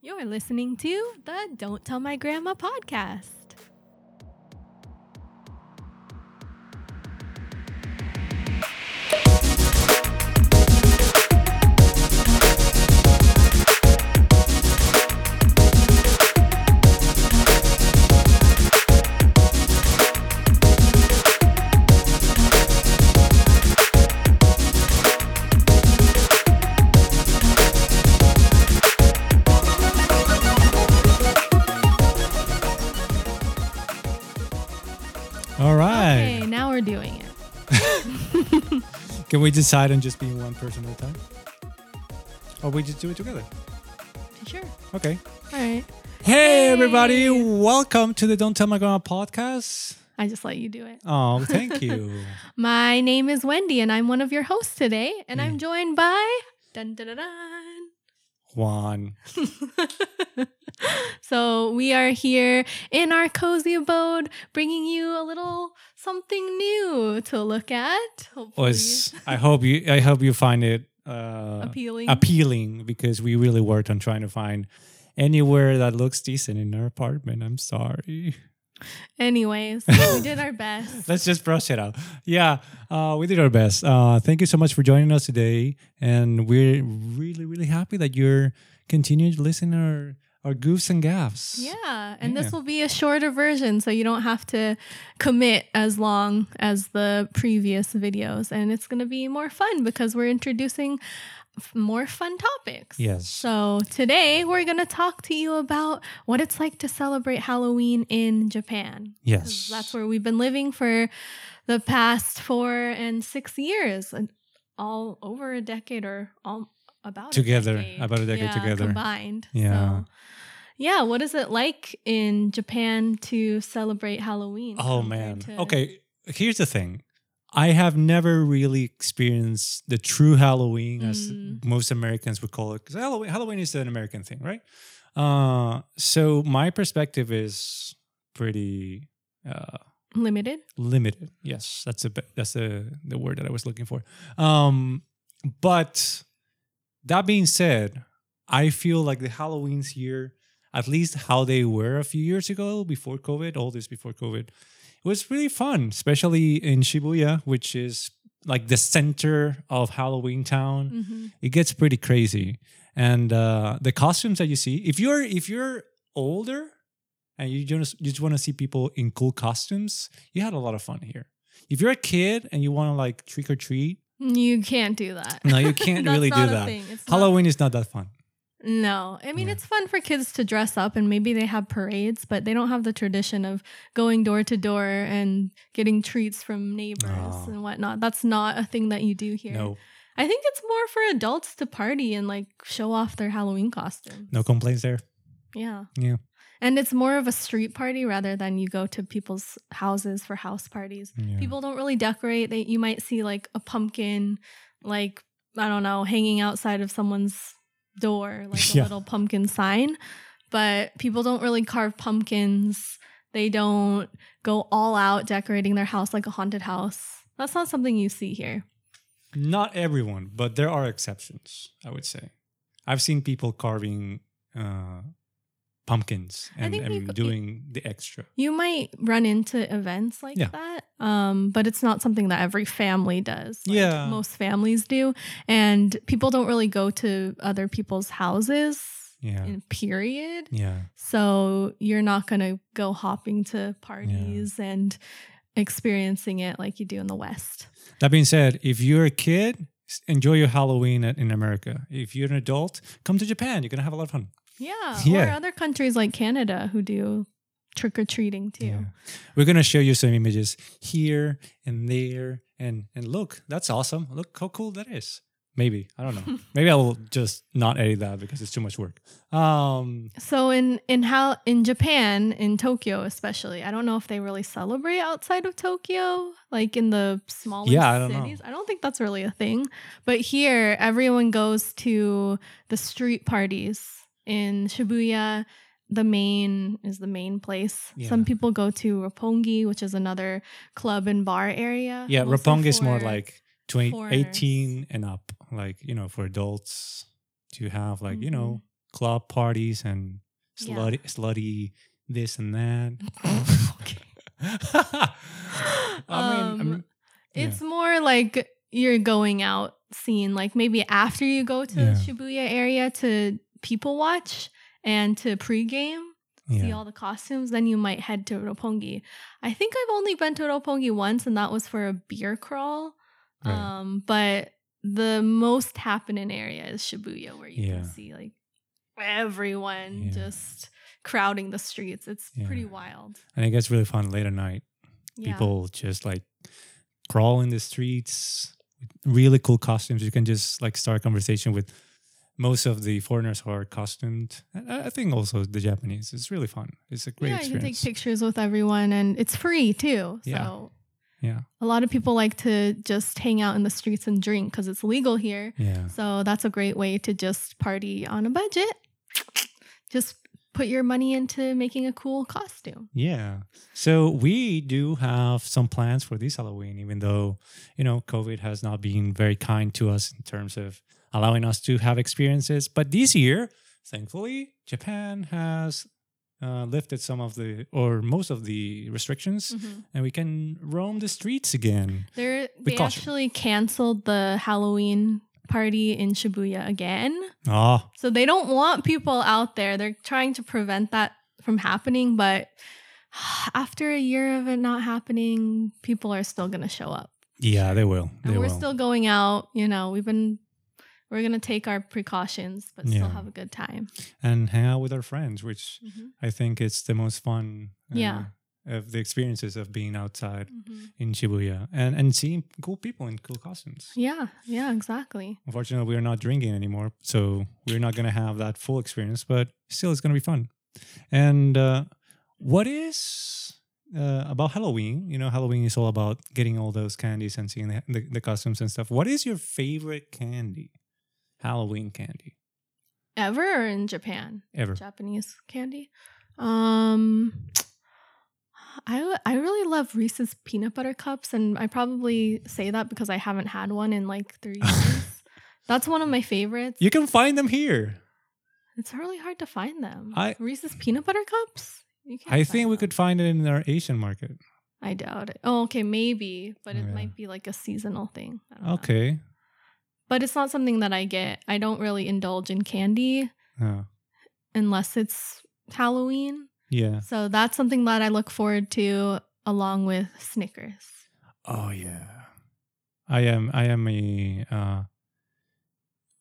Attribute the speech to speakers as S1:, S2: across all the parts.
S1: You're listening to the Don't Tell My Grandma podcast.
S2: All right.
S1: Okay, now we're doing it.
S2: Can we decide on just being one person at a time? Or we just do it together?
S1: Sure.
S2: Okay.
S1: All right.
S2: Hey, everybody.
S1: Hey.
S2: Welcome to the Don't Tell My Grandma podcast.
S1: I just let you do it.
S2: Oh, thank you.
S1: My name is Wendy, and I'm one of your hosts today, and I'm joined by dun dun dun. dun.
S2: Juan.
S1: so we are here in our cozy abode, bringing you a little something new to look at. Hopefully,
S2: Was, I hope you I hope you find it uh,
S1: appealing.
S2: appealing because we really worked on trying to find anywhere that looks decent in our apartment. I'm sorry.
S1: Anyways, we did our best.
S2: Let's just brush it out. Yeah, uh, we did our best. Uh, thank you so much for joining us today, and we're really, really happy that you're continuing to listen to our our goofs and gaffs.
S1: Yeah, and this
S2: Yeah.
S1: will be a shorter version, so you don't have to commit as long as the previous videos, and it's going to be more fun because we're introducing f- more fun topics.
S2: Yes.
S1: So today we're going to talk to you about what it's like to celebrate Halloween in Japan. 'Cause
S2: yes.
S1: That's where we've been living for the past four and six years, and all over a decade or all about
S2: Together,
S1: a decade.
S2: about a decade
S1: Yeah,
S2: together.
S1: combined.
S2: Yeah.
S1: So, yeah. What is it like in Japan to celebrate Halloween?
S2: Oh
S1: compared
S2: man.
S1: to-
S2: Okay, here's the thing. I have never really experienced the true Halloween as
S1: Mm.
S2: most Americans would call it. Because Halloween, Halloween is an American thing, right? Uh, so my perspective is pretty uh,
S1: Limited.
S2: limited. Yes, that's a bit- that's the the word that I was looking for. Um, but that being said, I feel like the Halloween's here, at least how they were a few years ago before COVID, all this before COVID, was really fun, especially in Shibuya, which is like the center of Halloween town
S1: hmm
S2: it gets pretty crazy and uh, the costumes that you see if you're if you're older and you just you just want to see people in cool costumes you had a lot of fun here if you're a kid and you want to like trick or treat
S1: You can't do that.
S2: No, you can't
S1: That's
S2: really do
S1: not a
S2: that.
S1: thing. It's not-
S2: halloween is not that fun
S1: No, I mean
S2: Yeah.
S1: it's fun for kids to dress up and maybe they have parades, but they don't have the tradition of going door to door and getting treats from neighbors
S2: No.
S1: and whatnot. That's not a thing that you do here.
S2: no
S1: I think it's more for adults to party and like show off their Halloween costumes.
S2: no complaints there
S1: Yeah.
S2: Yeah.
S1: And it's more of a street party rather than you go to people's houses for house parties.
S2: Yeah.
S1: People don't really decorate. They you might see like a pumpkin, like I don't know, hanging outside of someone's door, like a
S2: Yeah.
S1: little pumpkin sign. But people don't really carve pumpkins. They don't go all out decorating their house like a haunted house. That's not something you see here.
S2: not everyone but there are exceptions i would say i've seen people carving uh, pumpkins
S1: I
S2: and,
S1: think we
S2: and
S1: go-
S2: doing the extra
S1: You might run into events like
S2: Yeah.
S1: that, um, but it's not something that every family does. like
S2: Yeah.
S1: most families do, and people don't really go to other people's houses.
S2: yeah
S1: In period.
S2: yeah
S1: So you're not going to go hopping to parties and experiencing it like you do in the West.
S2: That being said, if you're a kid, s- enjoy your Halloween at- in America. If you're an adult, come to Japan. You're gonna have a lot of fun.
S1: Yeah. Or
S2: Yeah.
S1: other countries like Canada who do trick or treating too.
S2: Yeah. We're gonna show you some images here and there, and and look, that's awesome. Look how cool that is. Maybe I don't know. Maybe I will just not edit that because it's too much work. Um,
S1: So in in how in Japan, in Tokyo especially, I don't know if they really celebrate outside of Tokyo, like in the smaller
S2: Yeah, I don't know.
S1: cities. I don't think that's really a thing. But here, everyone goes to the street parties in Shibuya. The main is the main place.
S2: Yeah.
S1: Some people go to Roppongi, which is another club and bar area.
S2: yeah,
S1: mostly
S2: Roppongi is more
S1: for-
S2: like 20,
S1: foreigners.
S2: 18 and up, like you know, for adults to have like you know club parties and
S1: Mm-hmm. Yeah.
S2: slutty, slutty this and that.
S1: Okay.
S2: I mean, I
S1: Um,
S2: mean, yeah.
S1: It's more like you're going out scene, like maybe after you go to
S2: Yeah.
S1: Shibuya area to people watch and to pregame, see
S2: yeah.
S1: all the costumes, then you might head to Roppongi. I think I've only been to Roppongi once, and that was for a beer crawl.
S2: Right.
S1: Um, but the most happening area is Shibuya, where you
S2: Yeah.
S1: can see like everyone
S2: Yeah.
S1: just crowding the streets. It's
S2: Yeah.
S1: pretty wild.
S2: and it gets really fun late at night.
S1: Yeah.
S2: People just like crawl in the streets, really cool costumes. You can just like start a conversation with most of the foreigners who are costumed. And I I think also the Japanese. It's really fun. It's a great
S1: yeah, you can
S2: experience.
S1: take pictures with everyone, and it's free too.
S2: Yeah.
S1: So
S2: Yeah.
S1: a lot of people like to just hang out in the streets and drink because it's legal here.
S2: yeah.
S1: So that's a great way to just party on a budget. Just put your money into making a cool costume.
S2: Yeah. So we do have some plans for this Halloween, even though, you know, COVID has not been very kind to us in terms of allowing us to have experiences. But this year, thankfully, Japan has uh, lifted some of the, or most of the restrictions,
S1: Mm.
S2: and we can roam the streets again.
S1: They're,
S2: With
S1: they
S2: caution.
S1: actually canceled the Halloween party in Shibuya again.
S2: Ah,
S1: So they don't want people out there. They're trying to prevent that from happening, but after a year of it not happening, people are still going to show up.
S2: yeah, they will.
S1: And
S2: They
S1: we're
S2: will.
S1: still going out, you know, we've been we're going to take our precautions but still
S2: Yeah.
S1: have a good time.
S2: and hang out with our friends, which I think it's the most fun. uh,
S1: Yeah.
S2: Of the experiences of being outside. in Shibuya and, and seeing cool people in cool costumes.
S1: Yeah, yeah, exactly.
S2: Unfortunately, we are not drinking anymore, so we're not going to have that full experience, but still, it's going to be fun. And uh, what is uh, about Halloween? You know, Halloween is all about getting all those candies and seeing the, the, the costumes and stuff. What is your favorite candy? Halloween candy
S1: Ever or in Japan?
S2: ever?
S1: Japanese candy. Um I l- I really love Reese's peanut butter cups and I probably say that because I haven't had one in like 3 years. That's one of my favorites.
S2: You can find them here.
S1: It's really hard to find them.
S2: I-
S1: Reese's peanut butter cups? You can't
S2: I
S1: find
S2: think we
S1: them.
S2: could find it in our Asian market.
S1: I doubt it. Oh, okay, maybe, but it
S2: Oh, Yeah.
S1: might be like a seasonal thing. I don't know.
S2: Okay.
S1: But it's not something that I get. I don't really indulge in candy
S2: Uh,
S1: unless it's Halloween.
S2: yeah.
S1: So that's something that I look forward to along with Snickers.
S2: Oh yeah, I am. I am a. Uh,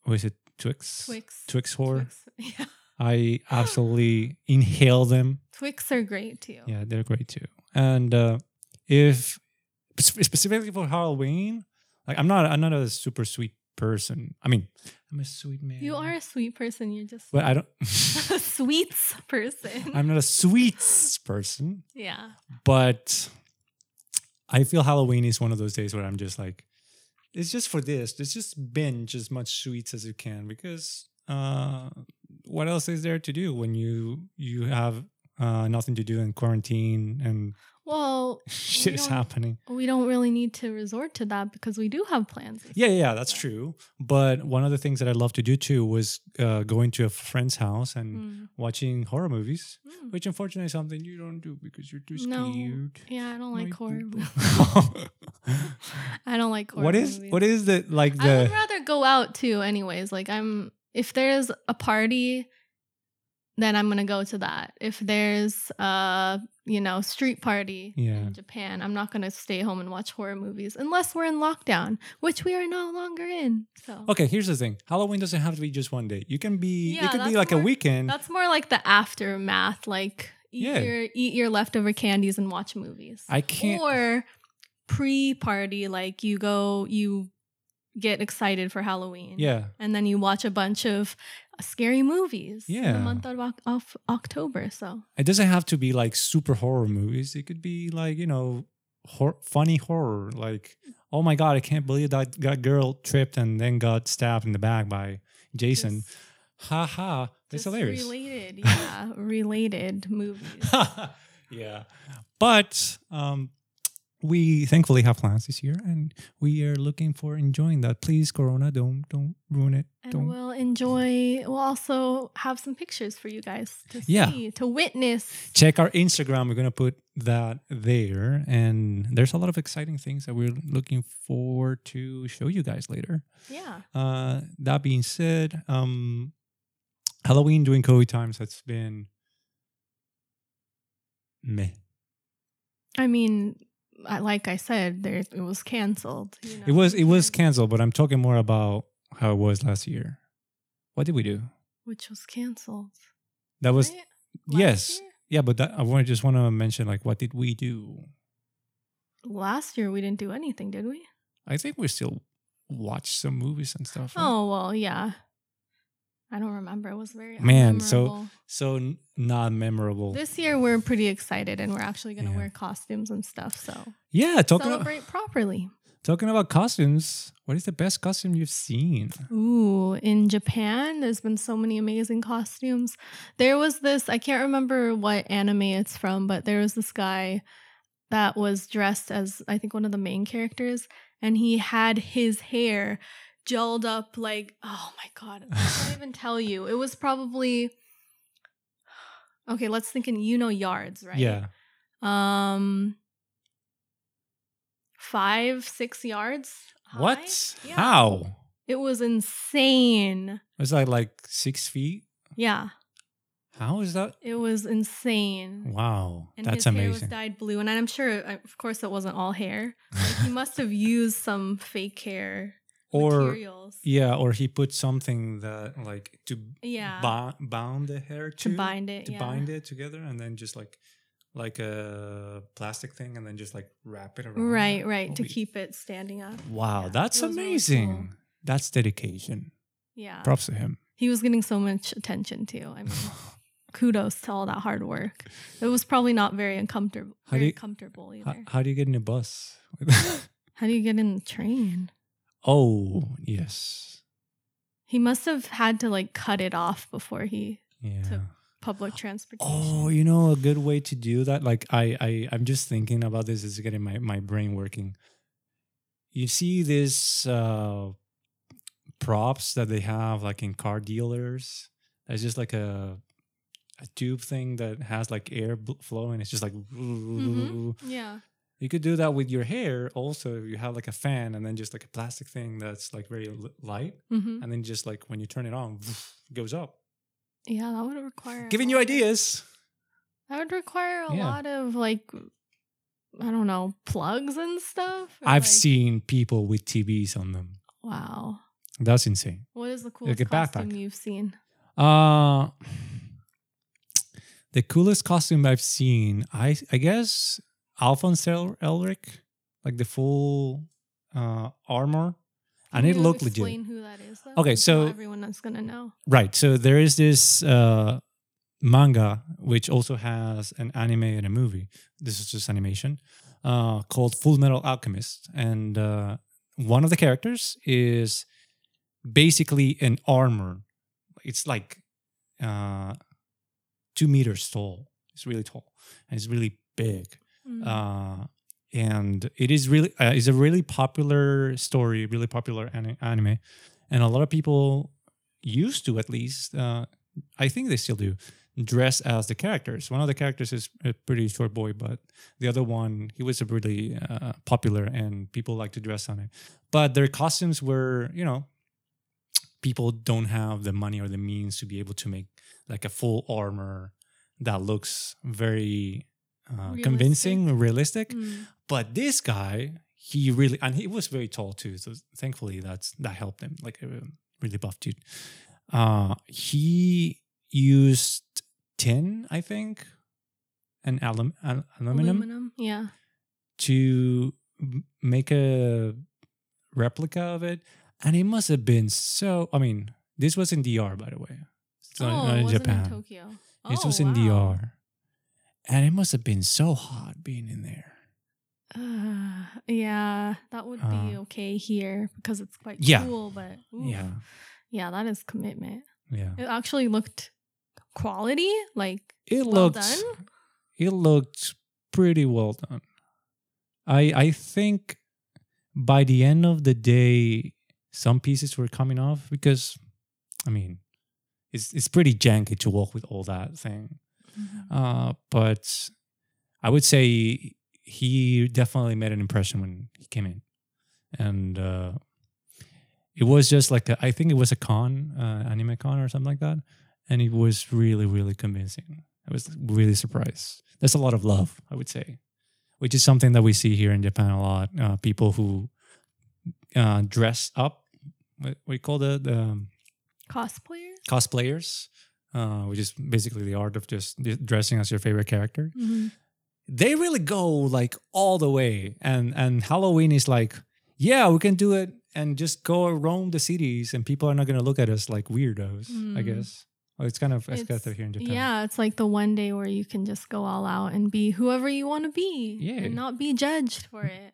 S2: what is it? Twix.
S1: Twix.
S2: Twix whore.
S1: Twix. Yeah.
S2: I absolutely inhale them.
S1: Twix are great too.
S2: Yeah, they're great too. And uh, if sp- specifically for Halloween, like I'm not. I'm not a super sweet person. I mean, I'm a sweet man.
S1: You are a sweet person. You're just
S2: But I don't.
S1: a sweets person.
S2: I'm not a sweets person.
S1: yeah.
S2: but I feel Halloween is one of those days where I'm just like, it's just for this. Let's just binge as much sweets as you can because uh, what else is there to do when you you have uh, nothing to do in quarantine and
S1: Well,
S2: shit is
S1: don't-
S2: happening?
S1: we don't really need to resort to that because we do have plans.
S2: Yeah, yeah, that's true. But one of the things that I love to do too was uh, going to a friend's house and
S1: Mm.
S2: watching horror movies,
S1: Mm.
S2: which unfortunately is something you don't do because you're too
S1: No.
S2: scared.
S1: Yeah, I don't
S2: My
S1: like horror. movies.
S2: boo-boo.
S1: I don't like horror.
S2: what is
S1: movies.
S2: what is the like
S1: I
S2: the
S1: would rather go out too, anyways. Like I'm if there's a party, then I'm gonna go to that. If there's a you know street party
S2: Yeah.
S1: in Japan, I'm not gonna stay home and watch horror movies unless we're in lockdown, which we are no longer in. So
S2: okay here's the thing halloween doesn't have to be just one day you can be
S1: Yeah,
S2: it could be
S1: that's
S2: like a
S1: more-
S2: weekend
S1: that's more like the aftermath, like eat
S2: mm. Yeah.
S1: your eat your leftover candies and watch movies.
S2: i can't
S1: or pre-party, like you go you get excited for Halloween.
S2: yeah
S1: and then you watch a bunch of uh, scary movies in
S2: Yeah.
S1: the month of, Oc- of October. So
S2: it doesn't have to be like super horror movies it could be like you know hor- funny horror like oh my god i can't believe that, that girl tripped and then got stabbed in the back by jason
S1: just-
S2: ha ha it's
S1: just
S2: hilarious
S1: Related, yeah, related movies.
S2: yeah. But um, we thankfully have plans this year, and we are looking for enjoying that. Please, Corona, don't don't ruin it.
S1: And
S2: don't.
S1: we'll enjoy. We'll also have some pictures for you guys to
S2: Yeah.
S1: see, to witness.
S2: Check our Instagram. We're gonna put that there, and there's a lot of exciting things that we're looking forward to show you guys later.
S1: Yeah.
S2: Uh, that being said, um, Halloween during COVID times has been meh.
S1: I mean, I, like I said, there it was canceled. You know?
S2: It was it was
S1: can-
S2: canceled, but I'm talking more about how it was last year. What did we do?
S1: which was canceled.
S2: That was
S1: right? Last
S2: yes,
S1: year?
S2: yeah. But that, I want just want to mention like what did we do?
S1: Last year we didn't do anything, did we?
S2: I think we still watch some movies and stuff. right?
S1: Oh well, yeah. I don't remember. It was very
S2: Man, so-
S1: unmemorable.
S2: so n- not memorable.
S1: this year we're pretty excited and we're actually going to
S2: Yeah.
S1: wear costumes and stuff. So
S2: yeah, talking about,
S1: celebrate properly.
S2: talking about costumes. What is the best costume you've seen?
S1: Ooh, in Japan, there's been so many amazing costumes. There was this, I can't remember what anime it's from, but there was this guy that was dressed as, I think, one of the main characters, and he had his hair gelled up like, oh my God, I can't even tell you. It was probably, okay, let's think in you know yards, right?
S2: Yeah,
S1: Um, five, six yards. high.
S2: what?
S1: Yeah.
S2: How?
S1: It was insane.
S2: Was that like six feet?
S1: Yeah,
S2: How is that?
S1: it was insane.
S2: Wow,
S1: And his
S2: that's
S1: hair was
S2: amazing.
S1: dyed blue, and I'm sure, uh, of course, it wasn't all hair. He must have used some fake hair
S2: or
S1: materials.
S2: yeah, or he put something that like to
S1: Yeah,
S2: bo- bound the hair
S1: to
S2: to,
S1: bind it.
S2: to
S1: yeah.
S2: bind it together, and then just like like a plastic thing, and then just like wrap it around.
S1: Right,
S2: that.
S1: right, to
S2: Holy-
S1: keep it standing up.
S2: Wow,
S1: Yeah,
S2: that's
S1: it was really
S2: amazing.
S1: cool.
S2: That's dedication.
S1: Yeah,
S2: Props to him.
S1: he was getting so much attention too. I mean, kudos to all that hard work. It was probably not very uncomfortable.
S2: How do
S1: Very
S2: you-
S1: comfortable
S2: how,
S1: either.
S2: how do you get in a bus?
S1: How do you get in the train?
S2: oh yes,
S1: He must have had to like cut it off before he
S2: yeah.
S1: public transportation.
S2: Oh, you know a good way to do that. Like I, I, I'm just thinking about this. Is getting my my brain working. You see this uh, props that they have like in car dealers. It's just like a a tube thing that has like air bl- flow and it's just like
S1: yeah.
S2: you could do that with your hair also you have like a fan and then just like a plastic thing that's like very li- light
S1: hmm
S2: and then just like when you turn it on it goes up
S1: Yeah, that would require a
S2: giving you
S1: lot-
S2: ideas
S1: That would require a
S2: Yeah.
S1: lot of like I don't know, plugs and stuff. or,
S2: I've
S1: like-
S2: seen people with TVs on them.
S1: Wow.
S2: That's insane.
S1: What is the coolest
S2: a backpack.
S1: costume you've seen?
S2: Uh the coolest costume I've seen, I I guess Alphonse El- Elric, like the full uh armor. and
S1: Can
S2: it
S1: you
S2: looked legit.
S1: explain who that is though?
S2: Okay,
S1: Because not
S2: so-
S1: everyone that's gonna know.
S2: Right. So there is this uh manga which also has an anime and a movie. This is just animation. Uh called Full Metal Alchemist. And uh one of the characters is basically an armor. It's like uh two meters tall. It's really tall. And it's really big
S1: Mm.
S2: uh, and it is really uh, is a really popular story, really popular ani- anime, and a lot of people used to at least. Uh, I think they still do dress as the characters. One of the characters is a pretty short boy, but the other one he was a really uh, popular, and people like to dress on it. But their costumes were, you know, people don't have the money or the means to be able to make like a full armor that looks very uh, convincing, realistic.
S1: Mm.
S2: But this guy, he really, and he was very tall too. So thankfully, that's that helped him. Like a really buff dude. Uh, he used tin, I think, and alum, al- aluminum,
S1: Aluminum. Yeah.
S2: to m- make a replica of it, and it must have been so. I mean, this was in DR, by the way. It's not,
S1: oh,
S2: not
S1: it
S2: in
S1: wasn't
S2: Japan.
S1: in Tokyo.
S2: It
S1: Oh,
S2: was in
S1: wow.
S2: DR. And it must have been so hot being in there.
S1: Uh, yeah, that would be
S2: Uh,
S1: okay here because it's quite
S2: yeah.
S1: cool, but ooh,
S2: Yeah.
S1: yeah, that is commitment.
S2: Yeah.
S1: It actually looked quality, like
S2: It
S1: well
S2: looked
S1: done.
S2: it looked pretty well done. I I think by the end of the day, some pieces were coming off because, I mean, it's it's pretty janky to walk with all that thing. Uh, but I would say he definitely made an impression when he came in, and uh, it was just like a, I think it was a con, uh, anime con or something like that, and it was really really convincing. I was really surprised. That's a lot of love, I would say, which is something that we see here in Japan a lot. Uh, people who uh, dress up, what, what do you call the the um,
S1: Cosplayers?
S2: cosplayers, uh, which is basically the art of just dressing as your favorite character
S1: Mhm.
S2: they really go like all the way and and halloween is like yeah we can do it and just go roam the cities and people are not going to look at us like weirdos i
S1: Mm.
S2: guess well, it's kind of it's,
S1: It's-
S2: here in japan
S1: Yeah, it's like the one day where you can just go all out and be whoever you want to be
S2: Yeah.
S1: and not be judged for it.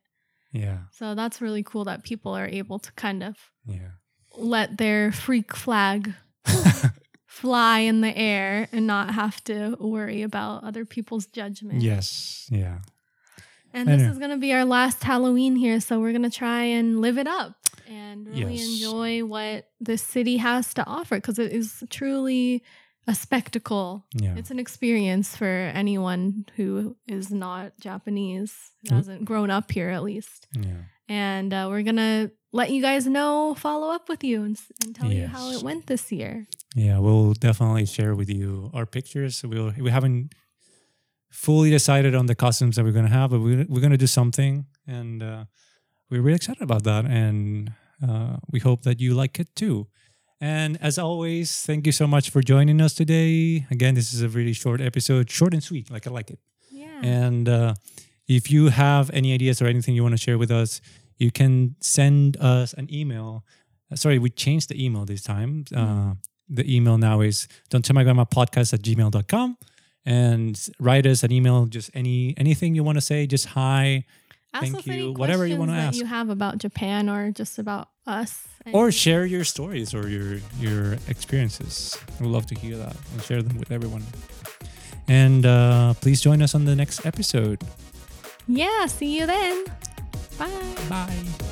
S2: yeah
S1: So that's really cool that people are able to kind of
S2: yeah
S1: let their freak flag fly in the air and not have to worry about other people's judgment.
S2: yes yeah
S1: And this
S2: Anyway.
S1: is going to be our last Halloween here, so we're going to try and live it up and really
S2: Yes.
S1: enjoy what this city has to offer because it is truly a spectacle.
S2: yeah
S1: It's an experience for anyone who is not Japanese, who
S2: Mm.
S1: hasn't grown up here at least.
S2: yeah
S1: And uh, we're going to let you guys know, follow up with you, and, s- and tell you how
S2: Yes.
S1: it went this year.
S2: yeah we'll definitely share with you our pictures we'll we haven't fully decided on the costumes that we're going to have but we're, we're going to do something and uh, we're really excited about that and uh, we hope that you like it too and as always thank you so much for joining us today again this is a really short episode short and sweet like i like it
S1: Yeah.
S2: and uh, if you have any ideas or anything you want to share with us, you can send us an email. Uh, Sorry, we changed the email this time. Uh, the email now is don't tell my grandma podcast at gmail.com and s- write us an email, just any anything you want to say, just hi,
S1: Ask
S2: Thank
S1: us any
S2: you. Whatever you
S1: questions
S2: wanna
S1: that
S2: ask.
S1: you have about Japan or just about us.
S2: or
S1: And-
S2: share your stories or your your experiences. We'd love to hear that and share them with everyone. And uh, please join us on the next episode.
S1: yeah, see you then. Bye.
S2: Bye.